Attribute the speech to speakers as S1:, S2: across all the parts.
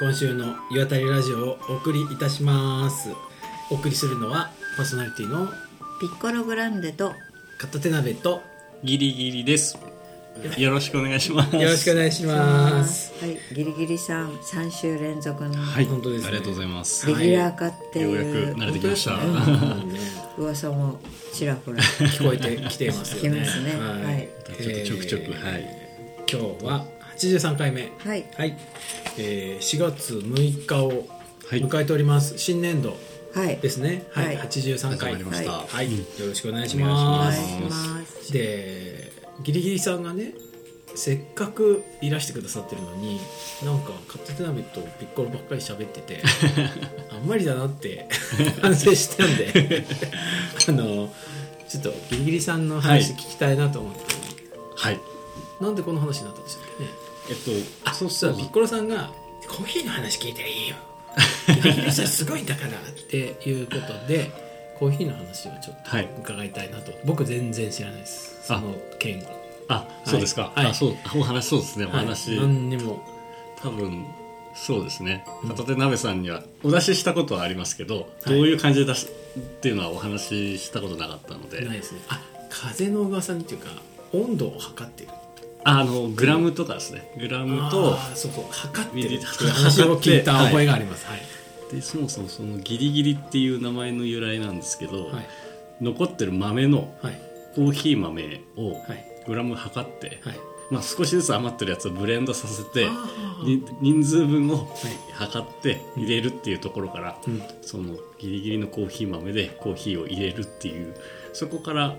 S1: 今週の「岩谷ラジオ」をお送りいたしますお送りするのはパーソナリティの
S2: ピッコログランデと
S1: 片手鍋と
S3: ギリギリです。よろしくお願いします。
S1: よろしくお願いします
S2: はい、ギリギリさん3週連続の
S3: はい、
S1: 本当ですね
S3: ありがとうございます。
S2: レギュラー化っていう、
S3: はいようやく慣れてきました
S2: 本当ですねうん噂もちら ほら聞
S1: 聞こえてきてますよね
S2: きますねはい、
S3: ちょっとちょくちょく、
S1: えー
S3: はい。
S1: 今日は83回目
S2: はい
S1: はい、えー、4月6日を
S3: はい
S1: 迎えております、新年度
S2: はい
S1: ですねはい、
S2: はい
S1: 83回
S3: 始まりました
S1: はいはいよろしくお願いし
S2: お
S1: ま
S2: 願い
S1: す
S2: します
S1: でギリギリさんがねせっかくいらしてくださってるのになんかカットテナメとピッコロばっかり喋って てあんまりだなって 反省したん であのちょっとギリギリさんの話
S3: は
S1: 聞きたいなと思って、
S3: はい。
S1: なんでこの話になったんでしたっけね
S3: えっと、
S1: あそうしたらピッコロさんが「コーヒーの話聞いたらいい よ」「それすごいんだから」っていうことでコーヒーの話をちょっ
S3: はい
S1: と伺いたいなと、僕全然知らないですそ
S3: あ
S1: の件
S3: あ、そうですか。
S1: はい
S3: あ、そう、お話そうですね。お話、
S1: はい、何にも
S3: 多分。そうですね。片手鍋さんにはお出ししたことはありますけど、どういう感じで出すっていうのはお話ししたことなかったので、
S1: ないですねあ風の噂にっていうか温度を測ってる
S3: あのグラムとかですね。グラムと
S1: あーそうそう測ってるっていう
S3: 測って
S1: 話を聞いた覚えがありますはい、
S3: でそもそもそのギリギリっていう名前の由来なんですけど、
S1: はい
S3: 残ってる豆の
S1: はい
S3: コーヒー豆を
S1: はい
S3: グラム測って、
S1: はい
S3: まあ、少しずつ余ってるやつをブレンドさせて
S1: あー
S3: に人数分を
S1: い
S3: 測って入れるっていうところから、
S1: うん
S3: そのギリギリのコーヒー豆でコーヒーを入れるっていうそこから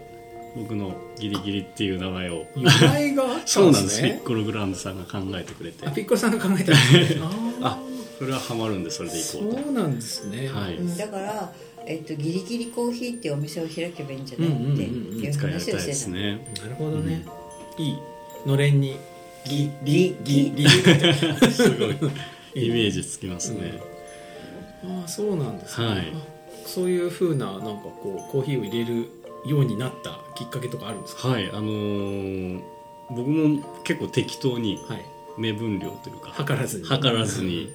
S3: 僕のギリギリっていう名前を
S1: 由来があったんですね
S3: そうなんですピッコログランドさんが考えてくれて
S1: あピッコロさんが考えたんですね あ
S3: あそれはハマるんでそれでい
S1: ー
S3: こうと
S1: そうなんですね
S3: はい
S2: うんだから、えっと、ギリギリコーヒーっていうお店を開けばいいんじゃない、
S1: うんうんうん
S2: って
S1: うん
S2: いう
S3: 使いやり
S2: 話
S3: た
S2: を
S3: いで
S2: し
S3: す
S2: てた
S3: ね
S1: なるほどね、いいのれんにギ
S2: リ
S1: ギ リ
S3: すごいイメージつきますね、
S1: ああそうなんですね、
S3: はい
S1: あそういうふうななんかこうコーヒーを入れるようになったきっかけとかあるんですか
S3: はいあのー僕も結構適当に
S1: はい
S3: 目分量というか
S1: 測らずに
S3: 測らずに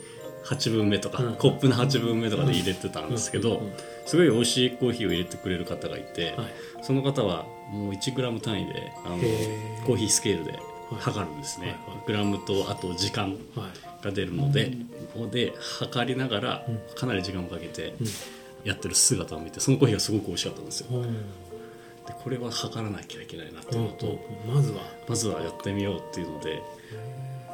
S3: 8分目とか、
S1: うん
S3: コップの8分目とかで入れてたんですけど、
S1: うんうんうん
S3: すごい美味しいコーヒーを入れてくれる方がいて、
S1: はい
S3: その方はもう 1g 単位であの
S1: へー
S3: コーヒースケールで測るんですね、
S1: はいはい
S3: グラムとあと時間
S1: はい
S3: が出るので、ここで測りながら
S1: うん
S3: かなり時間をかけて
S1: うん
S3: やってる姿を見てそのコーヒーがすごく美味しかったんですよ
S1: ほう
S3: でこれは測らなきゃいけないなって
S1: う
S3: いうんのと、
S1: うんまずは
S3: まずはやってみようっていうので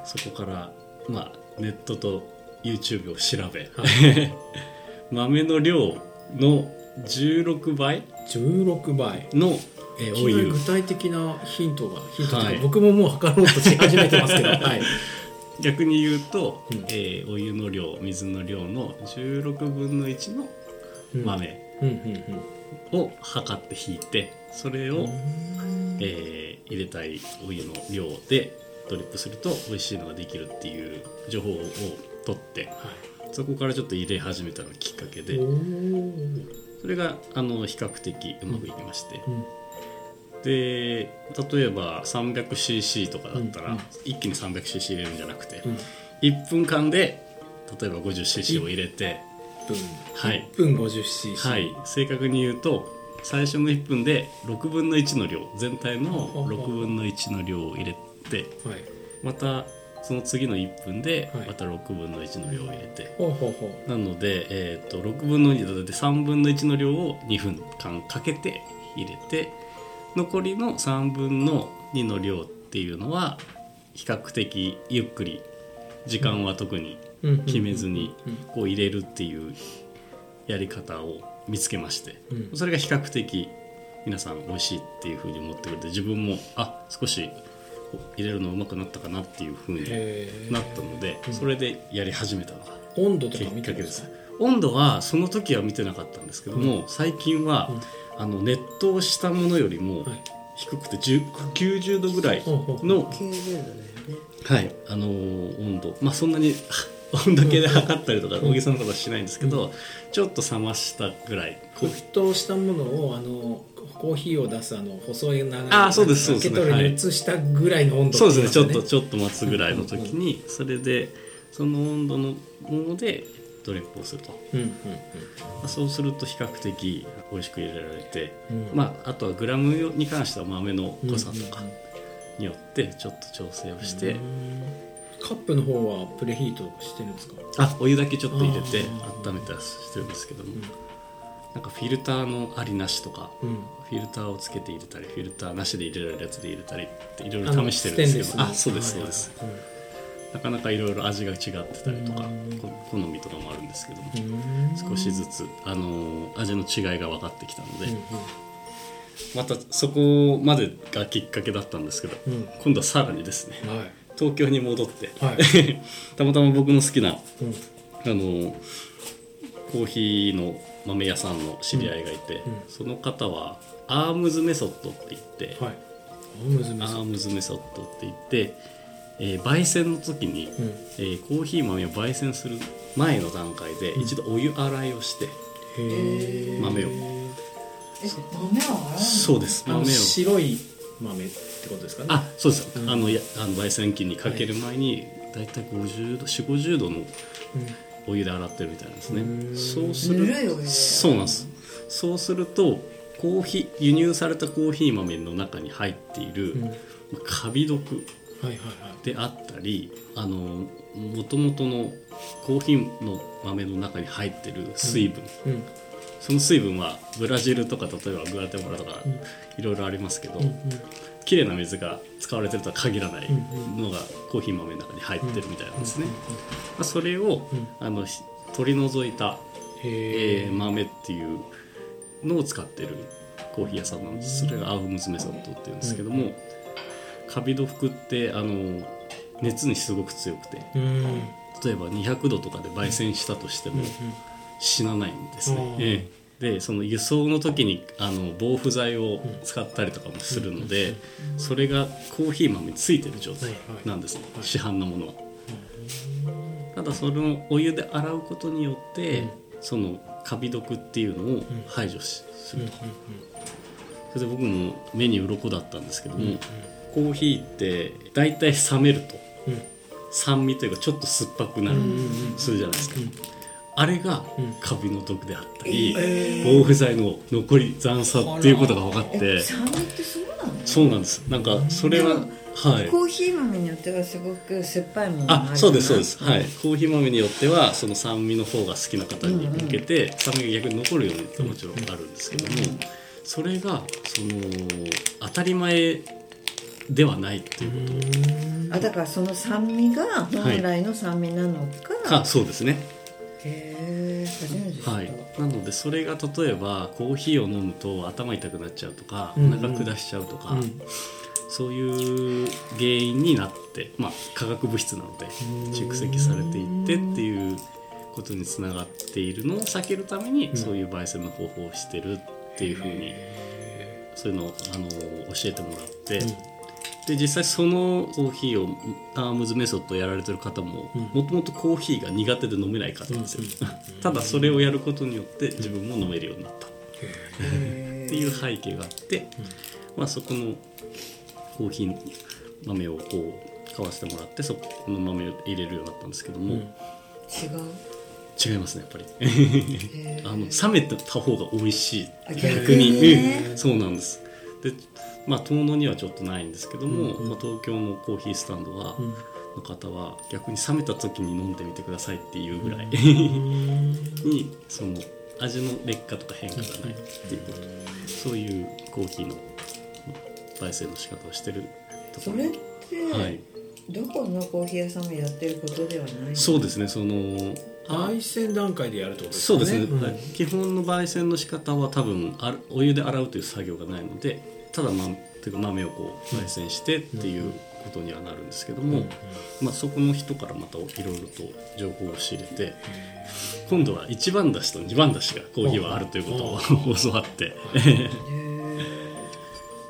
S3: そこから、まあ、ネットと YouTube を調べ、 豆の量の16倍
S1: 16倍
S3: の
S1: え
S3: え
S1: ー
S3: お湯
S1: 具体的なヒントがヒントというか、
S3: はい
S1: 僕ももう測ろうとし始めてますけどはい
S3: 逆に言うと、
S1: うん
S3: えーお湯の量水の量の16分の1の
S1: うん
S3: 豆
S1: うんうん
S3: を測って引いてそれを、
S1: うん
S3: えー入れたいお湯の量でドリップすると美味しいのができるっていう情報を取って
S1: は
S3: そこからちょっと入れ始めたのがきっかけ
S1: い
S3: で
S1: おー
S3: それがあの比較的うまくいきまして、
S1: うん
S3: で例えば 300cc とかだったら、
S1: うんうん
S3: 一気に 300cc 入れるんじゃなくて、
S1: うん
S3: 1分間で例えば 50cc を入れて、はい
S1: 1分 50cc
S3: はい、正確に言うと最初の1分で6分の1の量全体の6分の1の量を入れて
S1: はい
S3: またその次の1分で
S1: はい
S3: また6分の1の量を入れて。
S1: ほうほうほう
S3: なので、えー、と6分の2だって3分の1の量を2分間かけて入れて残りの3分の2の量っていうのは比較的ゆっくり時間は特に決めずにこう入れるっていうやり方を見つけまして
S1: うん
S3: それが比較的皆さん美味しいっていうふうに思ってくれて自分もあ少し入れるのうまくなったかなっていうふうに
S1: へー
S3: なったのでそれでやり始めたのが。
S1: 温度と
S3: き
S1: か
S3: っ
S1: 見
S3: か
S1: て
S3: け
S1: るん
S3: で
S1: です
S3: す
S1: か
S3: 温度はその時は見てなかったんですけども、最近は、あの熱湯したものよりも
S1: はい
S3: 低くて10 90度ぐらい
S1: ほうほう
S3: の、
S2: 90度だよね
S3: はいあのー温度まあそんなに 温度計で測ったりとか
S1: ん
S3: 大げさなことはしないんですけど、ちょっと冷ましたぐらいこう
S1: 沸騰したものをあのコーヒーを出すあの細い長い
S3: あーそうですそうです
S1: ケトル
S3: は
S1: に
S3: い
S1: 移したぐらいの温度
S3: そうですねちょ
S1: 言
S3: っ
S1: い
S3: と
S1: ます
S3: ちょっと待つぐらいの時にそれでその温度のものでドリップをすると
S1: うんうん
S3: まあそうすると比較的美味しく入れられて、
S1: うんうん
S3: まあ、あとはグラムに関しては豆の濃さとか
S1: うんうん
S3: によってちょっと調整をして、
S1: うんカップの方はプレヒートしてるんですか
S3: あお湯だけちょっと入れて
S1: あー
S3: 温めたりしてるんですけども、
S1: ん
S3: なんかフィルターのありなしとか
S1: うん
S3: フィルターをつけて入れたりフィルターなしで入れられるやつで入れたりっていろい
S1: あの
S3: ろ試してるんですけ
S1: ステンレス
S3: ど
S1: の
S3: あそうですそうです、
S1: はいはい
S3: なかなかいろいろ味が違ってたりとか
S1: うん
S3: こ好みとかもあるんですけども
S1: うんうん
S3: 少しずつ、あのー味の違いが分かってきたので、
S1: うん
S3: またそこまでがきっかけだったんですけど、
S1: うん
S3: 今度はさらにですね
S1: うんはい
S3: 東京に戻って、
S1: は
S3: たまたま僕の好きな
S1: うん
S3: あのコーヒーの豆屋さんの知り合いがいて、
S1: うんうん
S3: その方はアームズメソッドって言って、
S1: はいあむずむ
S3: ア
S1: ず
S3: ームズメソッドって言って、えー焙煎の時に、
S1: うん
S3: えーコーヒー豆を焙煎する前の段階で
S1: うん
S3: 一度お湯洗いをして、
S1: へえ
S3: 豆を
S2: え豆は洗うの
S3: そうです
S1: あの
S3: 豆を
S1: 白い豆ってことですかね
S3: あそうです、
S1: うん
S3: あのやあの焙煎機にかける前に、だいたい50度4 5 0度の
S1: うん
S3: お湯で洗ってるみたいなんですね
S1: うん
S3: そうする
S2: ぬるいお湯で
S3: そうなんですそうするとコーヒー輸入されたコーヒー豆の中に入っている、
S1: うん
S3: ま
S1: はい
S3: あカビ毒
S1: はいはい
S3: であったりあのもともとのコーヒーの豆の中に入ってる水分、
S1: うん
S3: その水分はブラジルとか例えばグアテモラとか
S1: うん
S3: いろいろありますけど、
S1: うんうん
S3: 綺麗な水が使われてるとは限らない
S1: うん
S3: のがコーヒー豆の中に入ってるみたいなんですね。まあ、それを、
S1: うん
S3: あのひ取り除いた、
S1: へ
S3: えー豆っていうのを使ってるコーヒー屋さんなんですそれがアウムズメソッドっていうんですけども、カビの服ってあの熱にすごく強くて
S1: うんうんうん
S3: 例えば200度とかで焙煎したとしても死なないんです
S1: うん
S3: ね。ええでその輸送の時にあの防腐剤を使ったりとかもするので、それがコーヒー豆についてる状態なんです、ね
S1: いはい
S3: 市販のものは。ただそのお湯で洗うことによって、
S1: うん
S3: そのカビ毒っていうのを
S1: ん
S3: 排除し、す
S1: うん
S3: るとそれで僕も目に鱗だったんですけども、
S1: うん
S3: コーヒーって大体冷めると
S1: うん
S3: 酸味というかちょっと酸っぱくなる、
S1: うん
S3: するじゃないですか、
S1: うん
S3: あれが
S1: うん
S3: カビの毒であったり、
S1: えー
S3: 防腐剤の残り残差っていうことが分かって
S2: え酸味ってそうなの
S3: そうなんですなんかそれは、
S2: でも
S3: はい
S2: コーヒー豆によってはすごく酸っぱいものがある
S3: あそうですそうです、はいい、コーヒー豆によってはその酸味の方が好きな方に向けて、酸味が逆に残るようにってもちろんあるんですけども、
S2: うん
S3: それがその当たり前ではないっていうこ
S2: あだからその酸味が本来の酸味なの
S3: と
S2: か、
S3: か、そうですね、
S2: へえ初めて知った、
S3: はい、なのでそれが例えばコーヒーを飲むと頭痛くなっちゃうとか、
S1: うんうん
S3: お腹下しちゃうとか、
S1: うん
S3: そういう原因になって、まあ、化学物質なので
S1: ん
S3: 蓄積されていってっていうことにつながっているのを避けるために、
S1: ん
S3: そういう焙煎の方法をしてるっていうふうにそういうのをあの教えてもらって、
S1: うん
S3: で実際そのコーヒーをタームズメソッドをやられてる方も
S1: うん
S3: もともとコーヒーが苦手で飲めない方なんですよ、
S1: う
S3: ただそれをやることによって自分も飲めるようになったっ
S2: へー
S3: ていう背景があって、まあ、そこのコーヒーの豆をこう買わせてもらってそこの豆を入れるようになったんですけども、
S1: うん
S2: 違う
S3: 違いますねやっぱり
S2: へー
S3: あの冷めてた方が美味しい
S2: あ
S3: 逆に
S2: 逆にね
S3: うんそうなんですでまあ遠野にはちょっとないんですけども、
S1: うんうん
S3: まあ、東京のコーヒースタンドは、
S1: うん
S3: の方は逆に冷めた時に飲んでみてくださいっていうぐらい にその味の劣化とか変化がないっていうことそういうコーヒーの焙煎の仕方をしてるとこ
S2: そ
S3: ろ
S2: れって、
S3: はい、
S2: どこのコーヒー屋さんもやってることではない
S3: そう
S2: す
S3: ですねそのあ
S1: 焙煎段階でやるってことです
S3: そう
S1: かね
S3: ですね、
S1: ん
S3: はい基本の焙煎の仕方は多分あるお湯で洗うという作業がないのでただ、ま、ていうか豆をこう焙煎してっていうことにはなるんですけども、
S1: うん
S3: まあ、そこの人からまたいろいろと情報を仕入れて今度は1番だしと2番だしがコーヒーはあるということを教わって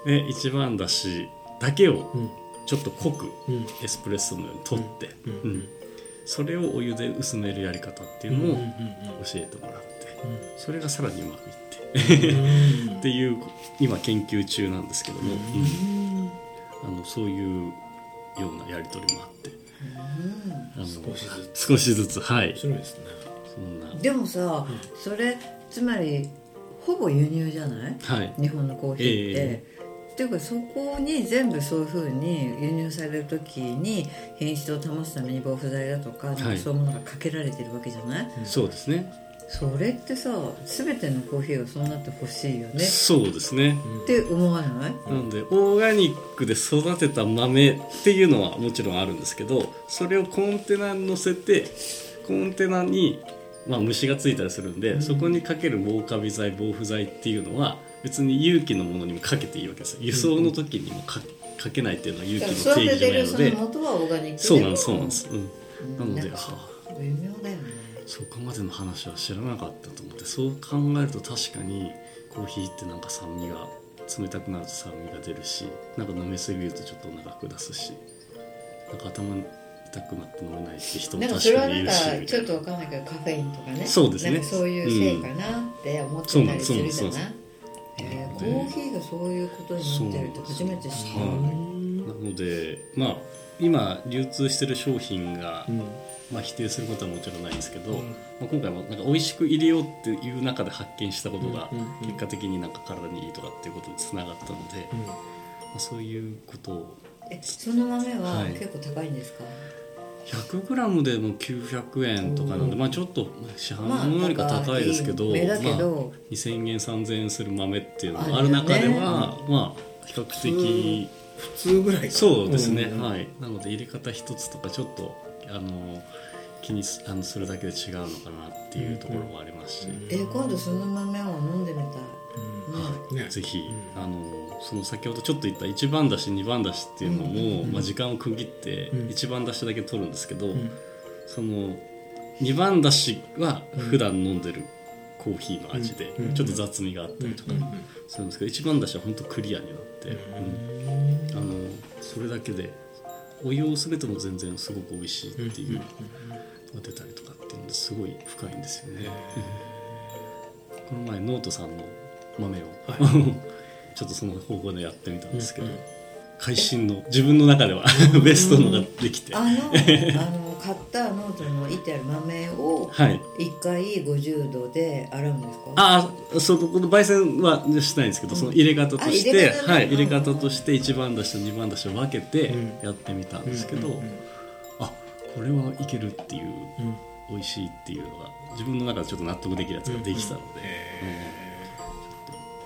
S3: で1番だしだけを
S1: うん
S3: ちょっと濃く
S1: うん
S3: エスプレッソのように取って、
S1: うん
S3: うんそれをお湯で薄めるやり方っていうのを教えてもらってそれがさらにうまくいって
S1: うん
S3: っていう今研究中なんですけども、うんあのそういうようなやり取りもあってあの
S1: 少しず
S3: 少しずつはい
S1: 面白いですね
S3: そんな
S2: でもさ、それつまりほぼ輸入じゃない
S3: はい
S2: 日本のコーヒーって。
S3: え
S2: っていうかそこに全部そういうふうに輸入される時に品質を保つために防腐剤だとかなん
S3: は
S2: か
S3: い
S2: そういうものがかけられてるわけじゃない、
S3: そうですね
S2: それってさ全てのコーヒーがそうなってほしいよね
S3: そうですね
S1: うん
S2: って思わない
S3: なんでオーガニックで育てた豆っていうのはもちろんあるんですけどそれをコンテナに乗せてコンテナに、まあ、虫がついたりするんで、そこにかける防カビ剤防腐剤っていうのは別に有機のものにもかけていいわけですよ輸送の時にもかかけないっていうのは有機の
S2: 育
S3: 定
S2: て
S3: 義じゃ
S2: て
S3: ない
S2: る
S3: の
S2: そ
S3: で
S2: の元はオーガニック
S3: そうなんですそうなんです、うん、
S2: うん
S3: なので
S2: んかさ
S3: はあ
S2: 微妙だよね
S3: そこまでの話は知らなかったと思ってそう考えると確かにコーヒーってなんか酸味が冷たくなると酸味が出るしなんか飲みすぎるとちょっとお腹下すしなんか頭痛くなって飲めないって人も
S2: なんか
S3: 確
S2: それ
S3: か
S2: は
S3: にい
S2: なん
S3: る
S2: か
S3: しみ
S2: ち
S3: た
S2: ょっ
S3: い
S2: と
S3: な
S2: わかんないけどカフェインとかね
S3: そうですね
S2: なんかそういうせいかなって思ってたりするじゃない、えー
S3: そうな
S2: コ
S3: ん
S2: ー
S3: です
S2: ヒーがそういうことになってるって初めて知った
S3: そう
S2: の
S3: なんですなのでまあ今流通してる商品が、
S1: うん
S3: まあ、否定することはもちろんないんですけど、
S1: うん
S3: まあ、今回もなんか美味しく入れようっていう中で発見したことが
S1: うんうんうん
S3: 結果的になんか体にいいとかっていうことにつながったので、
S1: う
S3: ま
S1: ん
S3: あ、そういうことを
S2: えその豆は
S3: はい
S2: 結構高いんですか、
S3: 100g でも900円とかなんで、
S1: うん
S3: まあ、ちょっと市販のものよりか高いですけど,、
S2: まあ高い目だけ
S3: ま
S2: ど
S3: あ、2000円3000円する豆っていうのが
S2: あ
S3: あ
S2: る
S3: る
S2: よね
S3: 中では、まあ比較的
S1: 普通ぐらいかな
S3: そうですね、
S1: ん
S3: はいなので入れ方一つとかちょっとあの気にすあのするだけで違うのかなっていうところもありますし、
S2: えー今度その豆を飲んでみたい、
S1: うん
S2: う
S1: ね
S3: ぜひ、
S1: うん
S3: あのその先ほどちょっと言った1番出し2番出しっていうのも、
S1: うん
S3: まあ、時間を区切って
S1: うん
S3: 1番出しだけ取るんですけど、
S1: うん
S3: その2番だしは普段飲んでるコーヒーの味で、
S1: うん
S3: ちょっと雑味があった
S1: う
S3: り
S1: ん
S3: とかするんですけど、1番だしは本当クリアになって、うんあのそれだけでお湯を薄めても全然すごく美味しいっていうのが出たりとかっていうのですごい深いんですよね。この前ノートさんの豆を、 ちょっとその方向でやってみたんですけど、
S1: うんうん
S3: 会心の自分の中では ベストのができて、
S2: あ のあの買ったノートのいてある豆を
S3: はい
S2: 一回50度で洗うんですか
S3: ああそこの焙煎はしないんですけど、その入れ方とし
S2: あ入れ
S3: て
S2: 方ね
S3: はい、
S2: うん
S3: 入れ方として1番だしと2番だしを分けてやってみたんですけど、
S1: うんうんうん
S3: あこれはいけるっていう、
S1: うん
S3: 美味しいっていうのが自分の中でちょっと納得できるやつができたので、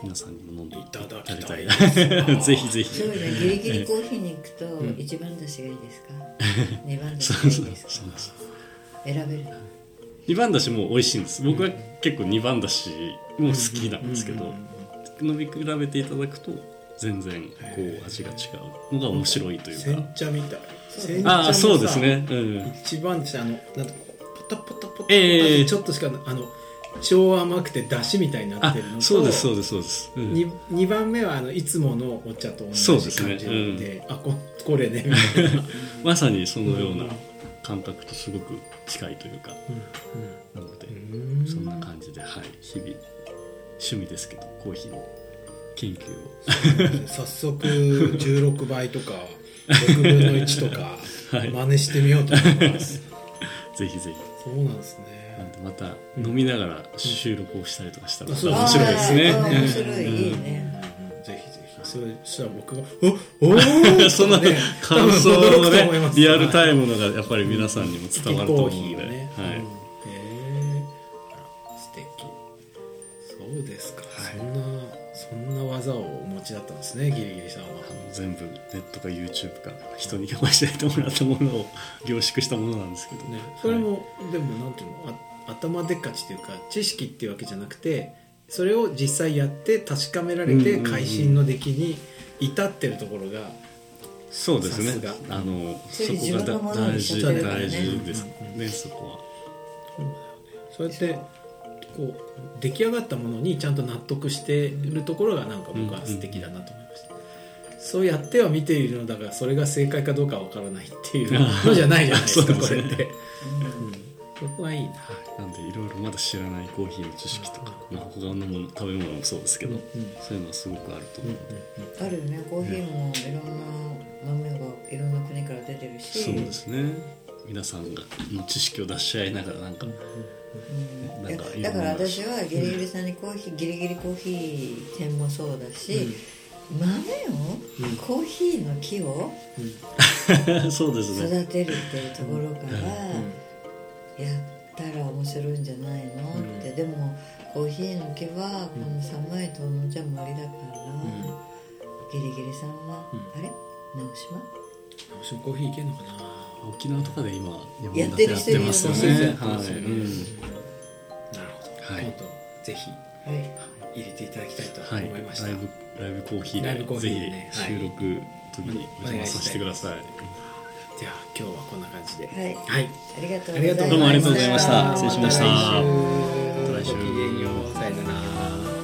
S3: 皆さんにも飲んでいただきたい
S1: いただきたい
S3: ぜひぜひ
S2: そういうねギリギリコーヒーに行くと
S1: ん
S2: 一番出しがいいです か二番出し
S3: そう
S2: がい
S3: そ
S2: いうです
S3: そう
S2: か
S3: です
S2: 選べる
S3: 2番だしも美味しいんです僕は結構2番だしも好きなんですけど、
S1: うんうんうん
S3: 飲み比べていただくと全然こ
S1: へ
S3: う味が違うのが面白いというか、
S1: 煎茶みたい
S2: そう
S1: 煎茶
S3: ああ
S1: のさ
S3: そうですね、うん、
S1: 一番ってあのなんかポタポタポタポタ
S3: ええ
S1: ちょっとしかあの超甘くて出汁みたいになっ
S3: あ
S1: てるのと
S3: そうですそうですそうです、うん
S1: に2番目はあのいつものお茶と同じ
S3: そう
S1: 感
S3: ですね
S1: じなのであここれねみたいな、
S3: まさにそのような感覚とすごく近いというかなので
S1: うんうん
S3: そんな感じではい日々趣味ですけどコーヒーの研究を
S1: 早速16倍とか6分の1とか
S3: はい
S1: 真似してみようと思います、
S3: ぜひぜひ
S1: そうなんです
S3: な
S1: ね
S3: んでまた飲みながら収録をしたりとかしたら
S1: うん
S3: また
S1: あ
S3: 面白いですね
S2: あー面
S3: うん
S2: 白いいいね
S1: うんぜひぜひそれしたら僕が「おおー
S3: そんな
S1: とね
S3: 感想を
S1: 多分驚くと思い
S3: ね
S1: ます
S3: リアルタイムのがやっぱり皆さんにも
S1: ス
S3: 伝わると思うので、
S1: ね
S3: はい
S1: うんへえあら素敵そうですか、そんなそんな技をお持ちだったんですねギリギリさんは
S3: 全部ネットか YouTube か人に教えてもらったものを凝縮したものなんですけど
S1: ね
S3: ね、
S1: それも、でもなんていうのあ頭でっかちっていうか知識っていうわけじゃなくてそれを実際やって確かめられ
S3: うんうん
S1: て
S3: うん
S1: 会心の出来に至ってるところが、
S3: そうです
S1: さす
S3: ね
S1: が。
S3: あの、
S2: それ
S3: そ
S2: 自
S3: こが
S2: 分のも
S3: だ
S2: の
S3: 大
S2: にし
S3: 事、
S2: ちゃ
S1: ってるからね
S3: 大事です
S1: うんう
S3: ね。そこは。
S1: そうやってこう出来上がったものにちゃんと納得してるところがなんか僕は素敵だなと思いました、そうやっては見ているのだ がそれが正解かどうかわからないっていうのじゃないじゃないですか
S3: そう
S1: こ
S3: です
S1: れ
S3: ね
S1: って、
S2: うん
S1: そこはいいな
S3: なんでいろいろまだ知らないコーヒーの知識とか、まあ、他のもの食べ物もそうですけど、
S1: うんうん
S3: そういうのはすごくあると
S1: うん
S3: 思
S1: う
S3: うんので、
S2: あるよねコーヒーもいろんな豆がいろんな国から出てるし
S3: そうですね皆さんがの知識を出し合いながらなんか、
S2: うん
S3: なんか
S2: いやだから私はギリギリさんにコーヒー、ギリギリコーヒー店もそうだし、豆を、
S1: うん
S2: コーヒーの木を
S1: うんうん
S3: そうですね
S2: 育てるっていうところからやったら面白いんじゃないの
S1: うん
S2: って、でもコーヒーの木は
S1: うん
S2: この寒いとのじゃ無理だから、ギリギリさんは、
S1: う
S2: あれ直島
S1: 直島コーヒーいけんのかな
S3: 沖縄とかで今日
S2: や
S3: 本
S2: っ
S3: だ
S2: て
S3: け
S2: る
S3: やっ
S2: 人いる
S3: て
S2: よね
S3: ますよ
S2: そうそう
S3: ねは
S1: そう
S3: い、
S1: ね
S3: うん
S1: なるほど、
S3: はい
S1: 今度ぜひ
S2: はい
S1: 入れていただきたいと
S3: はい、
S1: 思いました、
S3: ライブライブコーヒーで
S1: ライブコーヒ
S3: ぜ
S1: ーでね
S3: ひ
S1: はい
S3: 収録時にお邪魔させてください、
S1: では今日はこんな感じで
S2: はい
S1: はい、
S2: ありがとう
S1: ありがとう
S3: どうもありがとうございました
S1: ま
S3: 失礼しました
S1: また来週
S3: また来週
S1: ごきげんようさよなら